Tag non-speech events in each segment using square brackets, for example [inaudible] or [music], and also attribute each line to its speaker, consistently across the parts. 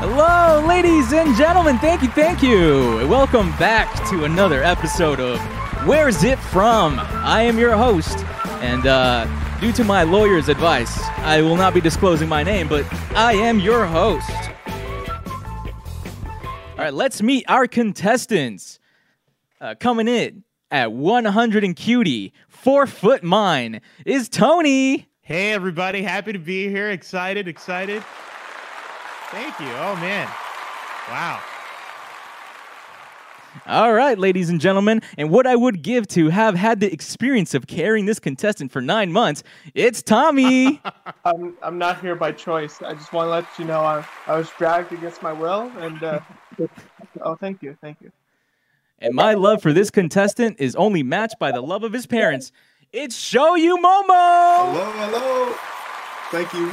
Speaker 1: Hello, ladies and gentlemen. Thank you, thank you. And Welcome back to another episode of Where's It From? I am your host, and uh, due to my lawyer's advice, I will not be disclosing my name, but I am your host. All right, let's meet our contestants. Uh, coming in at 100 and cutie, four foot mine is Tony.
Speaker 2: Hey everybody, happy to be here. Excited, excited. Thank you. Oh man. Wow.
Speaker 1: All right, ladies and gentlemen, and what I would give to have had the experience of carrying this contestant for nine months, it's Tommy.
Speaker 3: I'm I'm not here by choice. I just want to let you know I, I was dragged against my will, and uh, [laughs] oh, thank you, thank you.
Speaker 1: and my love for this contestant is only matched by the love of his parents. It's Show You Momo.
Speaker 4: Hello, hello. Thank you.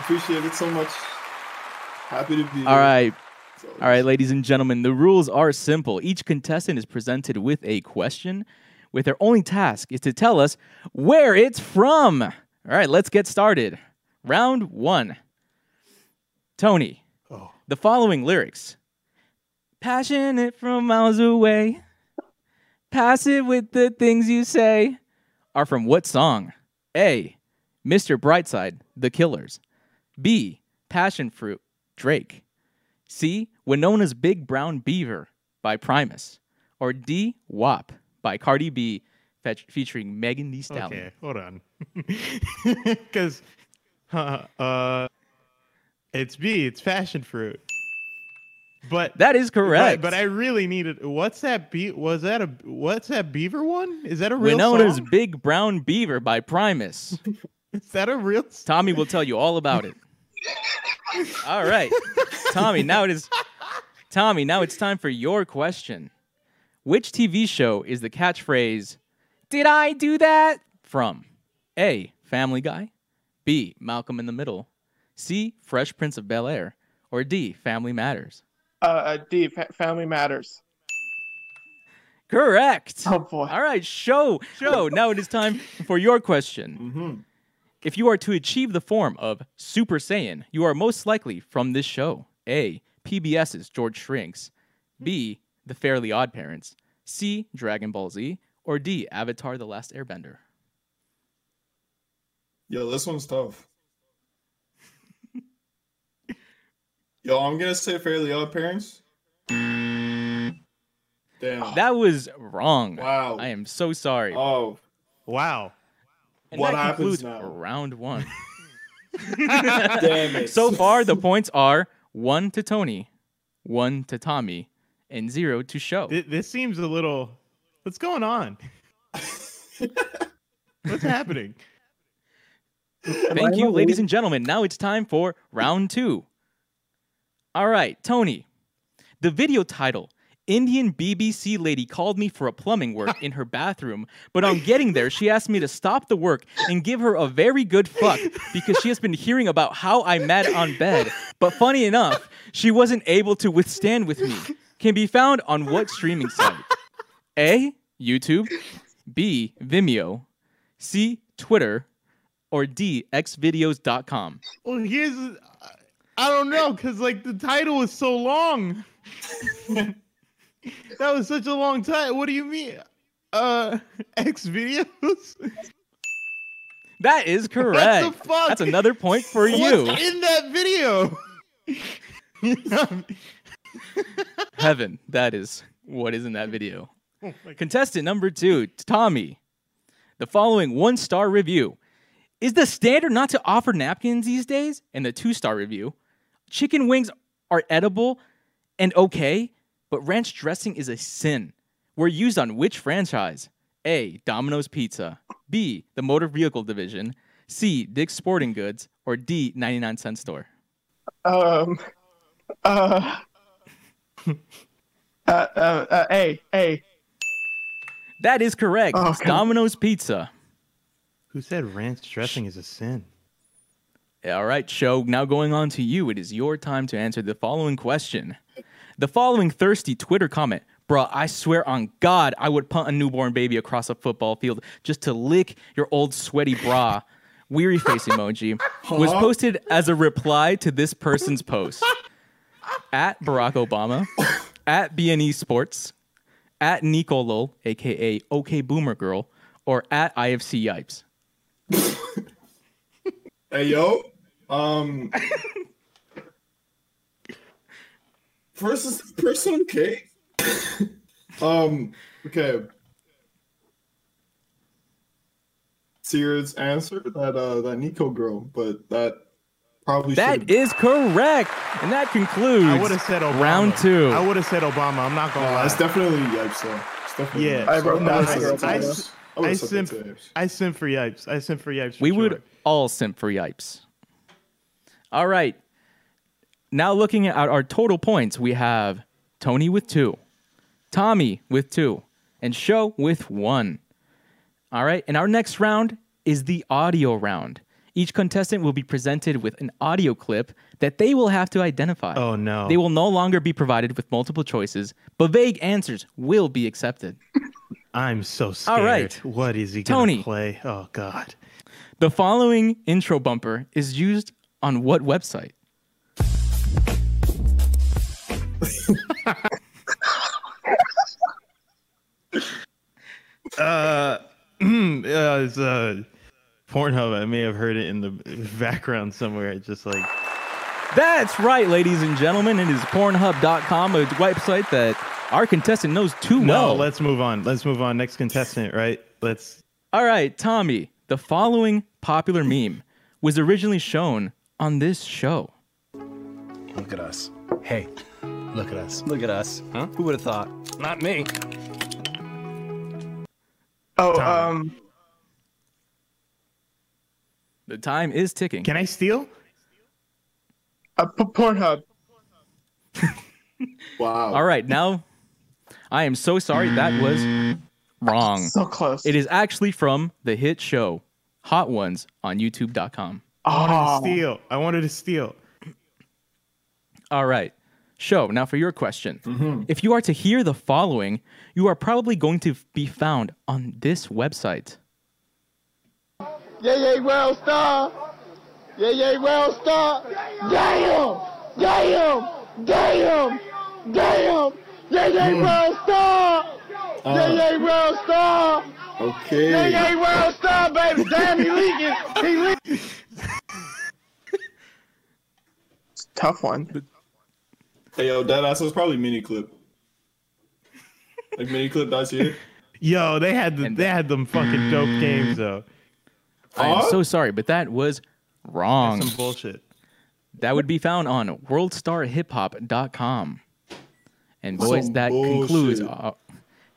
Speaker 4: Appreciate it so much. Happy to be here.
Speaker 1: All right, All right, ladies and gentlemen, the rules are simple. Each contestant is presented with a question, with their only task is to tell us where it's from. All right, let's get started. Round one. Tony,
Speaker 4: Oh.
Speaker 1: the following lyrics Passionate from miles away, passive with the things you say, are from what song? A. Mr. Brightside, The Killers. B. Passion Fruit, Drake. C. Winona's Big Brown Beaver by Primus. Or D. WAP by Cardi B fe- featuring Megan Thee Stallion.
Speaker 2: Okay, hold on. [laughs] Because uh, uh, it's B, it's passion fruit. But
Speaker 1: That is correct.
Speaker 2: But, but I really needed. What's that beat? Was that a what's that beaver one? Is that a real
Speaker 1: Winona's
Speaker 2: song?
Speaker 1: Big Brown Beaver by Primus.
Speaker 2: [laughs] Is that a real? s-
Speaker 1: Tommy will tell you all about it. all right. Tommy, now it is Tommy, now it's time for your question. Which TV show is the catchphrase Did I do that? from? A. Family Guy, B. Malcolm in the Middle, C. Fresh Prince of Bel Air, or D. Family Matters.
Speaker 3: Uh, uh D fa- Family Matters.
Speaker 1: Correct.
Speaker 3: Oh boy.
Speaker 1: All right, show, show. now it is time for your question.
Speaker 4: Mm-hmm.
Speaker 1: If you are to achieve the form of Super Saiyan, you are most likely from this show. A. PBS's George Shrinks. B. The Fairly Odd Parents. C. Dragon Ball Z. Or D. Avatar The Last Airbender.
Speaker 4: Yo, this one's tough. Yo, I'm gonna say Fairly Odd Parents. Damn.
Speaker 1: That was wrong.
Speaker 4: wow.
Speaker 1: I am so sorry.
Speaker 4: Oh,
Speaker 2: Wow.
Speaker 1: and
Speaker 4: what
Speaker 1: that
Speaker 4: happens
Speaker 1: concludes
Speaker 4: now?
Speaker 1: round one.
Speaker 4: [laughs] damn
Speaker 1: [laughs]
Speaker 4: it.
Speaker 1: so far, the points are one to Tony, one to Tommy, and zero to Show.
Speaker 2: Th- this seems a little. What's going
Speaker 4: [laughs]
Speaker 2: on? what's happening?
Speaker 1: Thank you, ladies and gentlemen. Now it's time for round two. All right, Tony. The video title Indian BBC lady called me for a plumbing work in her bathroom, but on getting there, she asked me to stop the work and give her a very good fuck because she has been hearing about how I met on bed. But funny enough, she wasn't able to withstand with me. Can be found on what streaming site? A. YouTube. B. Vimeo. C. Twitter or D, xvideos.com.
Speaker 2: Well, here's I- I don't know because like the title was
Speaker 1: [laughs]
Speaker 2: so long. that was such a long title. What do you mean? Uh, X videos. [laughs]
Speaker 1: That is correct.
Speaker 2: What the fuck?
Speaker 1: That's another point for you.
Speaker 2: What's in that
Speaker 1: [laughs]
Speaker 2: video?
Speaker 1: Heaven, that is what is in that video.
Speaker 2: Oh my God.
Speaker 1: Contestant number two, Tommy. The following one star review Is the standard not to offer napkins these days? And the two star review Chicken wings are edible and okay, but ranch dressing is a sin. Were used on which franchise? A. Domino's Pizza. B. The Motor Vehicle Division. C. Dick's Sporting Goods. Or D. 99 Cent Store.
Speaker 3: Um. Uh. uh, uh, uh, A A.
Speaker 1: That is correct.
Speaker 3: Oh,
Speaker 1: It's
Speaker 3: come on.
Speaker 1: Domino's Pizza.
Speaker 2: Who said ranch dressing is a sin?
Speaker 1: All right, show. Now going on to you. It is your time to answer the following question. The following thirsty Twitter comment. Bruh, I swear on God, I would punt a newborn baby across a football field just to lick your old sweaty bra. Weary face emoji was posted as a reply to this person's post. at Barack Obama, at BNE Sports, at Nico Lol, aka OK Boomer Girl, or at IFC Yipes.
Speaker 4: Hey yo. Um First is this person okay? um okay. Sears answer that uh that Nico girl, but that probably
Speaker 1: That
Speaker 4: should
Speaker 1: is correct, and that concludes.
Speaker 2: I would have said Obama.
Speaker 1: round two.
Speaker 2: I would have said Obama. I'm not gonna
Speaker 4: uh,
Speaker 2: lie.
Speaker 4: it's definitely yipes though. It's definitely
Speaker 2: Yeah.
Speaker 4: Yipes.
Speaker 3: I wrote
Speaker 4: would've
Speaker 3: down
Speaker 4: said
Speaker 3: I-
Speaker 4: it's
Speaker 2: I-
Speaker 4: Yipes. I
Speaker 2: I
Speaker 4: would've said
Speaker 2: simp.
Speaker 4: it's Yipes.
Speaker 2: I sent for Yipes. I sent for Yipes. for
Speaker 1: we
Speaker 2: sure.
Speaker 1: would all simp for Yipes. All right. Now looking at our total points, we have Tony with two, Tommy with two, and Show with one. All right. And our next round is the audio round. Each contestant will be presented with an audio clip that they will have to identify.
Speaker 2: Oh, no.
Speaker 1: They will no longer be provided with multiple choices, but vague answers will be accepted.
Speaker 2: I'm so scared.
Speaker 1: All right.
Speaker 2: What is he
Speaker 1: Tony.
Speaker 2: gonna play? Oh God.
Speaker 1: The following intro bumper is used on what website?
Speaker 2: Uh, [clears throat] yeah, it's uh, Pornhub. I may have heard it in the background somewhere. It's just like
Speaker 1: That's right, ladies and gentlemen. It is Pornhub.com, a website that our contestant knows too
Speaker 2: no.
Speaker 1: well.
Speaker 2: Let's move on. Let's move on. Next contestant, right? Let's.
Speaker 1: All right, Tommy. The following popular meme was originally shown on this show.
Speaker 5: Look at us. Hey, look at us. Look at us. Huh? Who would have thought? Not me.
Speaker 3: Oh,
Speaker 2: Tom.
Speaker 3: um,
Speaker 1: The time is ticking.
Speaker 2: Can I steal?
Speaker 3: uh, P- Pornhub.
Speaker 4: Wow.
Speaker 1: All right, now I am so sorry that was wrong.
Speaker 3: So close.
Speaker 1: It is actually from the hit show Hot Ones on YouTube.com.
Speaker 3: Oh,
Speaker 2: Steal. I wanted to steal.
Speaker 1: All right. Show, now for your question.
Speaker 4: Mm-hmm.
Speaker 1: If you are to hear the following, you are probably going to be found on this website.
Speaker 6: Yeah, yeah, well, star. Yeah, yeah, well, star. Damn, damn, damn, damn. Yeah, yeah,
Speaker 1: Hmm.
Speaker 6: well, star.
Speaker 1: Uh.
Speaker 6: Yeah, yeah, well, star.
Speaker 4: Okay.
Speaker 6: Yeah, yeah, well, star, baby. Damn, he leaking. He leaking.
Speaker 3: tough one.
Speaker 4: Hey yo, that ass was probably mini clip. Like mini clip that's here.
Speaker 2: Yo, they had the,
Speaker 1: And-
Speaker 2: they had them fucking dope games though.
Speaker 1: I am
Speaker 4: Huh?
Speaker 1: so sorry, but that was wrong.
Speaker 2: Some bullshit.
Speaker 1: That would be found on worldstarhiphop.com. And boys,
Speaker 4: Some
Speaker 1: that concludes
Speaker 4: bullshit.
Speaker 1: uh,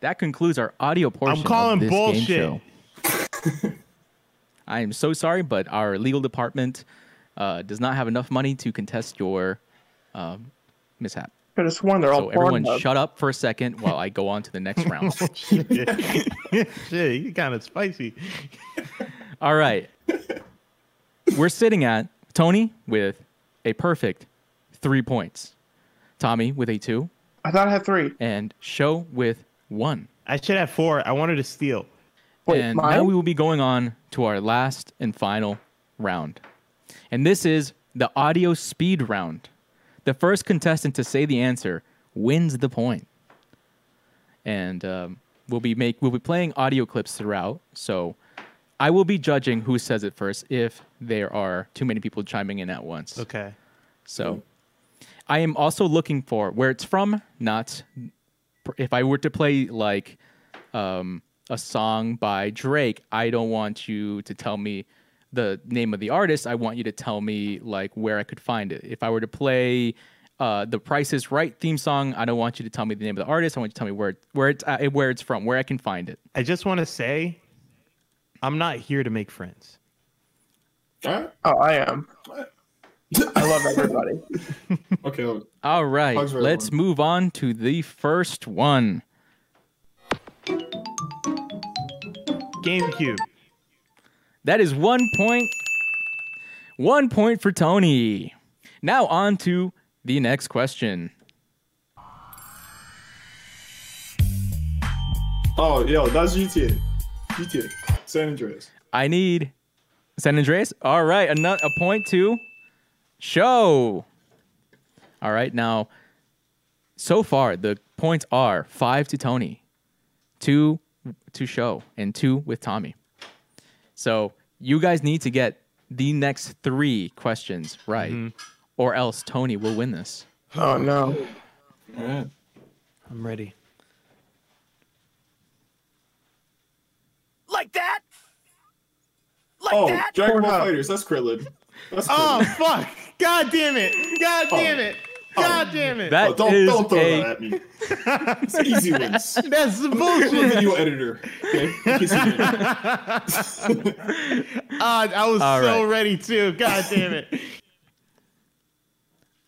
Speaker 1: that concludes our audio portion.
Speaker 2: I'm calling
Speaker 1: of this
Speaker 2: bullshit.
Speaker 1: Game show. I am so sorry, but our legal department uh, does not have enough money to contest your um, mishap.
Speaker 3: Could have sworn they're all
Speaker 1: So everyone,
Speaker 3: Pornhub.
Speaker 1: shut up for a second while I go on to the next round.
Speaker 2: Shit, you kind of spicy.
Speaker 1: All right. We're sitting at Tony with a perfect three points, Tommy with a two,
Speaker 3: I thought I had three.
Speaker 1: and Show with one.
Speaker 2: I should have four. I wanted to steal.
Speaker 3: Wait,
Speaker 1: and now
Speaker 3: mine?
Speaker 1: we will be going on to our last and final round. And this is the audio speed round. The first contestant to say the answer wins the point. And um, we'll be make we'll be playing audio clips throughout. So I will be judging who says it first if there are too many people chiming in at once.
Speaker 2: Okay.
Speaker 1: So I am also looking for where it's from, not if I were to play like um, a song by Drake, I don't want you to tell me the name of the artist. I want you to tell me like where I could find it. If I were to play uh, the Price is Right theme song, I don't want you to tell me the name of the artist. I want you to tell me where it, where it's at, where it's from, where I can find it.
Speaker 2: I just want to say, I'm not here to make friends.
Speaker 4: Alright.
Speaker 3: Oh, I am. I
Speaker 1: [laughs]
Speaker 3: love everybody.
Speaker 4: Okay, look.
Speaker 1: All right,
Speaker 4: Hugs for
Speaker 1: let's
Speaker 4: everyone.
Speaker 1: move on to the first one.
Speaker 2: GameCube.
Speaker 1: That is one point. One point for Tony. Now on to the next question.
Speaker 4: Oh yo, that's GTA. GTA. San Andreas.
Speaker 1: I need San Andreas. All right, a, a point to show. All right. Now, so far, the points are five to Tony, two to Show, and two with Tommy. So you guys need to get the next three questions right, or else Tony will win this.
Speaker 3: Oh no.
Speaker 4: All right.
Speaker 5: I'm ready.
Speaker 7: Like that? Like
Speaker 4: Oh,
Speaker 7: that?
Speaker 4: Dragon Ball Fighters. That's Krillin. That's
Speaker 2: Oh
Speaker 4: Krillin.
Speaker 2: fuck! God damn it! God damn it! God damn it!
Speaker 1: That
Speaker 4: Oh, don't
Speaker 1: is
Speaker 4: don't throw
Speaker 1: a-
Speaker 4: that at me. It's easy wins.
Speaker 2: That's
Speaker 4: I'm a
Speaker 2: bullshit.
Speaker 4: video editor. Okay. Easy wins.
Speaker 2: Ah, I was
Speaker 1: All
Speaker 2: so
Speaker 1: right.
Speaker 2: ready too. God damn [laughs] it!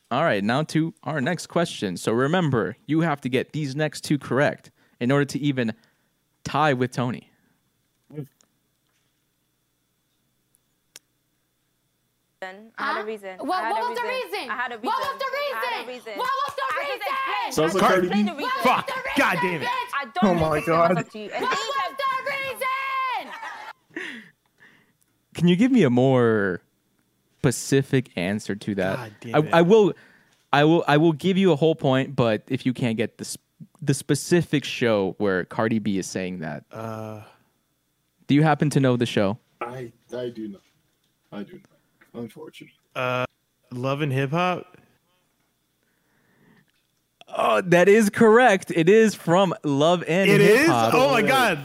Speaker 1: All right, now to our next question. So remember, you have to get these next two correct in order to even tie with Tony.
Speaker 8: reason. I had a reason.
Speaker 9: What,
Speaker 8: I had
Speaker 9: what
Speaker 8: a
Speaker 9: was the reason?
Speaker 8: I had a reason.
Speaker 9: What was the
Speaker 8: I had a
Speaker 9: reason? What was the
Speaker 8: I just explained.
Speaker 9: reason?
Speaker 4: Sounds like
Speaker 8: I
Speaker 4: Cardi
Speaker 8: explained
Speaker 4: B.
Speaker 8: the reason.
Speaker 2: Fuck! God damn it!
Speaker 8: I don't
Speaker 3: Oh
Speaker 8: need
Speaker 3: my
Speaker 8: to explain myself
Speaker 3: God.
Speaker 8: to you.
Speaker 9: What was the reason?
Speaker 1: Can you give me a more specific answer to that?
Speaker 2: God damn it.
Speaker 1: I, I will, I will, I will give you a whole point, but if you can't get the sp- the specific show where Cardi B is saying that,
Speaker 2: Uh,
Speaker 1: do you happen to know the show?
Speaker 4: I I do know. I do know. Unfortunately.
Speaker 2: love and hip hop.
Speaker 1: Oh, that is correct. It is from Love and
Speaker 2: It
Speaker 1: Hip
Speaker 2: is.
Speaker 1: Hop.
Speaker 2: Oh my god!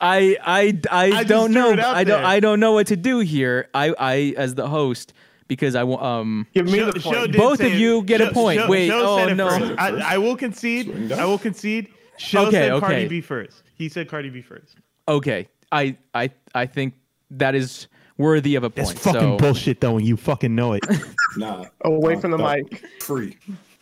Speaker 1: I I I,
Speaker 2: I
Speaker 1: don't
Speaker 2: just
Speaker 1: know.
Speaker 2: threw it out
Speaker 1: I don't
Speaker 2: there.
Speaker 1: I don't know what to do here. I I as the host because I wa- um
Speaker 3: Give me
Speaker 2: Show-
Speaker 3: the
Speaker 2: show
Speaker 3: point.
Speaker 2: did
Speaker 1: Both
Speaker 2: say
Speaker 1: of you get a point. Wait,
Speaker 2: Show said
Speaker 1: oh,
Speaker 2: it
Speaker 1: no.
Speaker 2: first. I, I will concede. I will concede. Show
Speaker 1: Okay,
Speaker 2: said Cardi
Speaker 1: okay.
Speaker 2: B first. He said Cardi B first.
Speaker 1: okay. I I I think that is worthy of a point.
Speaker 2: That's fucking
Speaker 1: so,
Speaker 2: bullshit, though, and you fucking
Speaker 1: [laughs]
Speaker 2: know it.
Speaker 4: Nah.
Speaker 3: Away
Speaker 4: Nah,
Speaker 3: from the
Speaker 4: that-
Speaker 3: mic.
Speaker 4: Free.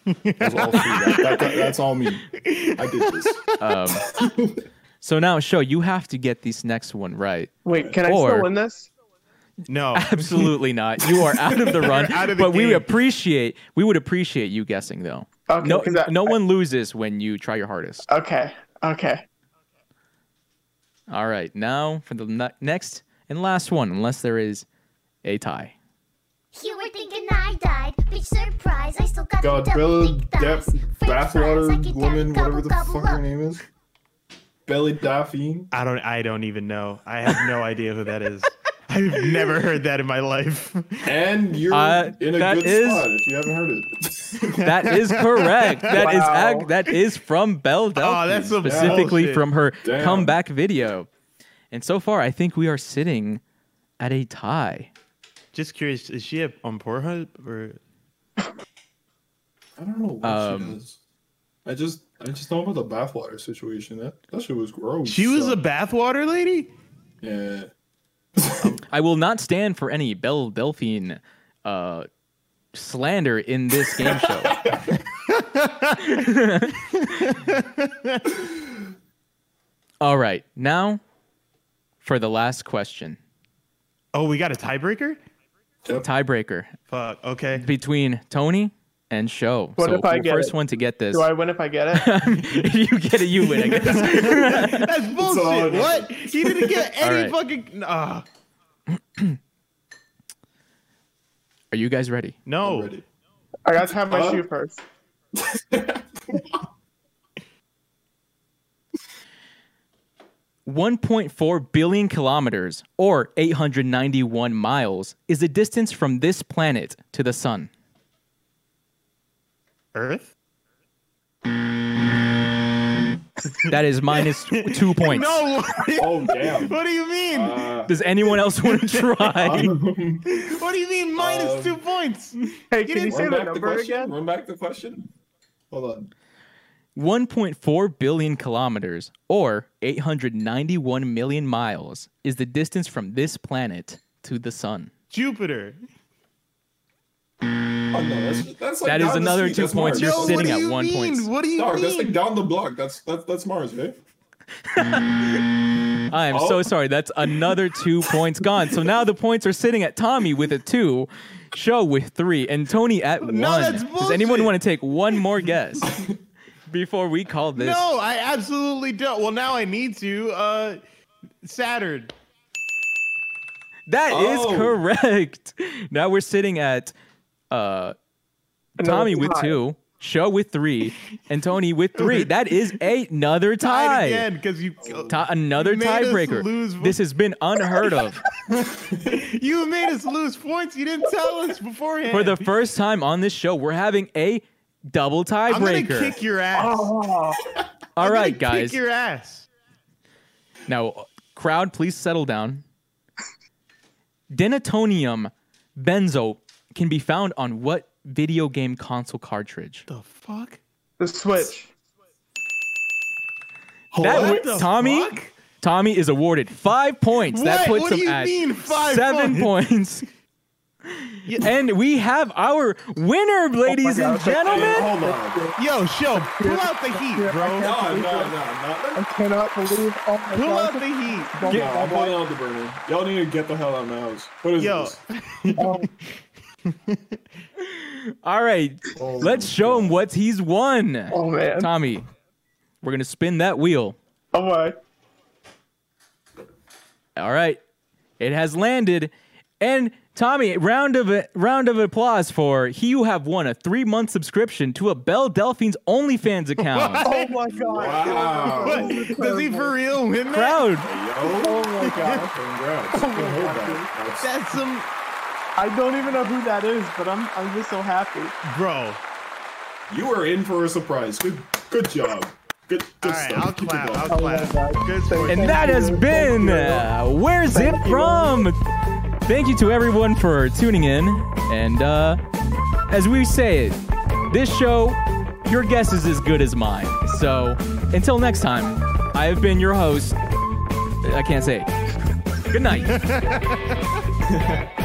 Speaker 4: That's all free. That- that- that- that's all me. I did this.
Speaker 1: um, so now show you have to get this next one
Speaker 2: [laughs]
Speaker 1: right.
Speaker 3: Wait, can I
Speaker 1: Or-
Speaker 3: still win this?
Speaker 1: [laughs]
Speaker 2: No.
Speaker 1: Absolutely not. You are out of
Speaker 2: [laughs]
Speaker 1: the run.
Speaker 2: out of the
Speaker 1: but we
Speaker 2: game.
Speaker 1: appreciate we would appreciate you guessing though.
Speaker 3: Okay,
Speaker 1: no
Speaker 3: 'cause I-
Speaker 1: no one loses when you try your hardest.
Speaker 3: Okay. Okay.
Speaker 1: All right. Now for the ne- next and last one unless there is a tie.
Speaker 9: You were thinking I died. Big surprise, I still got
Speaker 4: God,
Speaker 9: the double
Speaker 4: Bella
Speaker 9: big
Speaker 4: Depp,
Speaker 9: thighs. French fries, I
Speaker 4: bathwater
Speaker 9: could
Speaker 4: woman,
Speaker 9: double,
Speaker 4: whatever the
Speaker 9: double,
Speaker 4: fuck
Speaker 9: double
Speaker 4: her
Speaker 9: up.
Speaker 4: name is. Bella Daphne.
Speaker 2: I don't. I don't even know. I have no idea who
Speaker 1: [laughs]
Speaker 2: that is. I've never heard that in my life.
Speaker 4: And you're
Speaker 1: Uh,
Speaker 4: in a
Speaker 1: that
Speaker 4: good
Speaker 1: is-
Speaker 4: spot if you haven't heard it. [laughs]
Speaker 1: That is
Speaker 3: [laughs]
Speaker 1: correct. That is ac-
Speaker 3: Wow.
Speaker 1: that is from Belle Delphine,
Speaker 2: Ah, that's some
Speaker 1: specifically
Speaker 2: bullshit.
Speaker 1: from her
Speaker 4: Damn.
Speaker 1: comeback video. And so far, I think we are sitting at a tie.
Speaker 2: Just curious, is she up on Pornhub or?
Speaker 4: I don't know what
Speaker 1: Um,
Speaker 4: she does. I just I just know about the bathwater situation. That that shit was gross.
Speaker 2: She was
Speaker 4: so-
Speaker 2: a bathwater lady.
Speaker 4: yeah.
Speaker 1: I will not stand for any Belle Delphine uh, slander in this game
Speaker 2: [laughs]
Speaker 1: show. All right, now for the last question,
Speaker 2: Oh, we got a tiebreaker.
Speaker 1: tiebreaker
Speaker 2: Fuck. Okay.
Speaker 1: between Tony and Show.
Speaker 3: What
Speaker 1: so
Speaker 3: if I
Speaker 1: the
Speaker 3: get
Speaker 1: first
Speaker 3: it?
Speaker 1: one to get this.
Speaker 3: Do I win if I get it?
Speaker 1: if [laughs] you get it, you win. I guess.
Speaker 2: [laughs] That's
Speaker 4: all
Speaker 2: bullshit.
Speaker 4: good.
Speaker 2: What? He didn't get [laughs] any
Speaker 1: All right.
Speaker 2: fucking. Ah,
Speaker 1: [laughs] Are you guys ready?
Speaker 4: I'm
Speaker 2: no.
Speaker 4: ready.
Speaker 3: I got to have my
Speaker 4: Huh?
Speaker 3: shoe first.
Speaker 1: One point four billion kilometers, or eight hundred ninety-one miles, is the distance from this planet to the sun.
Speaker 2: Earth.
Speaker 1: That is [laughs] minus two points.
Speaker 2: No. [laughs]
Speaker 4: Oh damn.
Speaker 2: what do you mean?
Speaker 4: Uh,
Speaker 1: Does anyone else [laughs] want to try?
Speaker 4: um,
Speaker 2: what do you mean minus
Speaker 4: um,
Speaker 2: two points?
Speaker 3: Hey, can you
Speaker 2: didn't
Speaker 3: say
Speaker 4: run
Speaker 3: the
Speaker 4: back the
Speaker 3: number
Speaker 4: question.
Speaker 3: again?
Speaker 4: Run back the question. Hold on.
Speaker 1: One point four billion kilometers, or eight hundred ninety-one million miles, is the distance from this planet to the sun.
Speaker 2: Jupiter.
Speaker 4: Oh, no, that's, that's like
Speaker 1: That is
Speaker 4: down the
Speaker 1: another
Speaker 4: street.
Speaker 1: two
Speaker 4: That's
Speaker 1: points.
Speaker 4: Mars.
Speaker 1: You're
Speaker 2: no,
Speaker 1: sitting
Speaker 2: what do
Speaker 1: at
Speaker 2: you
Speaker 1: one
Speaker 2: mean?
Speaker 1: point.
Speaker 2: What do you
Speaker 4: Dog,
Speaker 2: mean?
Speaker 4: that's like down the block. That's that's that's Mars, right?
Speaker 1: I am so
Speaker 4: Oh.
Speaker 1: sorry. That's another
Speaker 2: [laughs]
Speaker 1: two points gone. So now the points are sitting at Tommy with a two, Show with three, and Tony at one.
Speaker 2: that's
Speaker 1: Does anyone
Speaker 2: bullshit.
Speaker 1: want to take one more
Speaker 2: [laughs]
Speaker 1: guess before we call this?
Speaker 2: No, I absolutely don't. Well, now I need to. Uh, Saturn.
Speaker 1: That is
Speaker 4: Oh.
Speaker 1: correct. Now we're sitting at uh Tommy with
Speaker 3: tie.
Speaker 1: two, Show with three, and Tony with three. That is another
Speaker 2: Tied
Speaker 1: tie.
Speaker 2: again because you
Speaker 1: Ti- another
Speaker 2: You made us lose
Speaker 1: tiebreaker.
Speaker 2: w-
Speaker 1: This has been unheard of.
Speaker 2: [laughs] you made us lose points. You didn't tell us beforehand.
Speaker 1: For
Speaker 2: [laughs]
Speaker 1: the first time on this show, we're having a double
Speaker 2: I'm
Speaker 1: tiebreaker. Oh.
Speaker 2: gonna kick your ass.
Speaker 1: All
Speaker 2: I'm gonna
Speaker 1: right, guys.
Speaker 2: Kick your ass.
Speaker 1: Now, crowd, please settle down. Denatonium benzo can be found on what video game console cartridge?
Speaker 2: The fuck?
Speaker 3: The switch.
Speaker 1: That wi-
Speaker 2: What the
Speaker 1: Tommy
Speaker 2: fuck?
Speaker 1: Tommy is awarded five points. That
Speaker 2: What?
Speaker 1: puts
Speaker 2: What do
Speaker 1: him
Speaker 2: you
Speaker 1: at
Speaker 2: mean, five
Speaker 1: seven points. and we have our winner, ladies and gentlemen.
Speaker 4: Hold on.
Speaker 2: Yo, show, pull out the heat, bro.
Speaker 4: No, no, no,
Speaker 3: I
Speaker 4: no.
Speaker 3: cannot believe. Oh my
Speaker 2: Pull out
Speaker 3: god.
Speaker 2: the heat. [laughs]
Speaker 4: Get, no, I'm putting on the burner. Y'all need to get the hell out of my house. What is
Speaker 2: Yo,
Speaker 4: this?
Speaker 1: All right,
Speaker 4: Oh,
Speaker 1: let's show him what he's won.
Speaker 3: Oh man.
Speaker 1: Tommy, we're gonna spin that wheel.
Speaker 3: Oh my.
Speaker 1: All right, it has landed, and Tommy, round of round of applause for he who have won a three month subscription to a Bell Delphine's OnlyFans
Speaker 2: [laughs]
Speaker 1: account.
Speaker 3: Oh my god.
Speaker 4: Wow.
Speaker 2: what? Does he for real win that?
Speaker 1: Crowd,
Speaker 4: Yo.
Speaker 3: Oh my god.
Speaker 2: Oh
Speaker 4: Congrats. Hold that. That's-
Speaker 2: That's some,
Speaker 3: I don't even know who that is, but I'm I'm just so happy.
Speaker 2: bro.
Speaker 4: You are in for a surprise. Good, good job. Good,
Speaker 2: All
Speaker 4: good
Speaker 2: right,
Speaker 4: stuff.
Speaker 2: I'll
Speaker 4: Keep it
Speaker 2: clap.
Speaker 4: going.
Speaker 2: I'll clap. Good sport.
Speaker 1: and that has been uh, where's it from? Thank you to everyone for tuning in, and uh, as we say it, this show, your guess is as good as mine. So until next time, I have been your host. I can't say. it. Good night.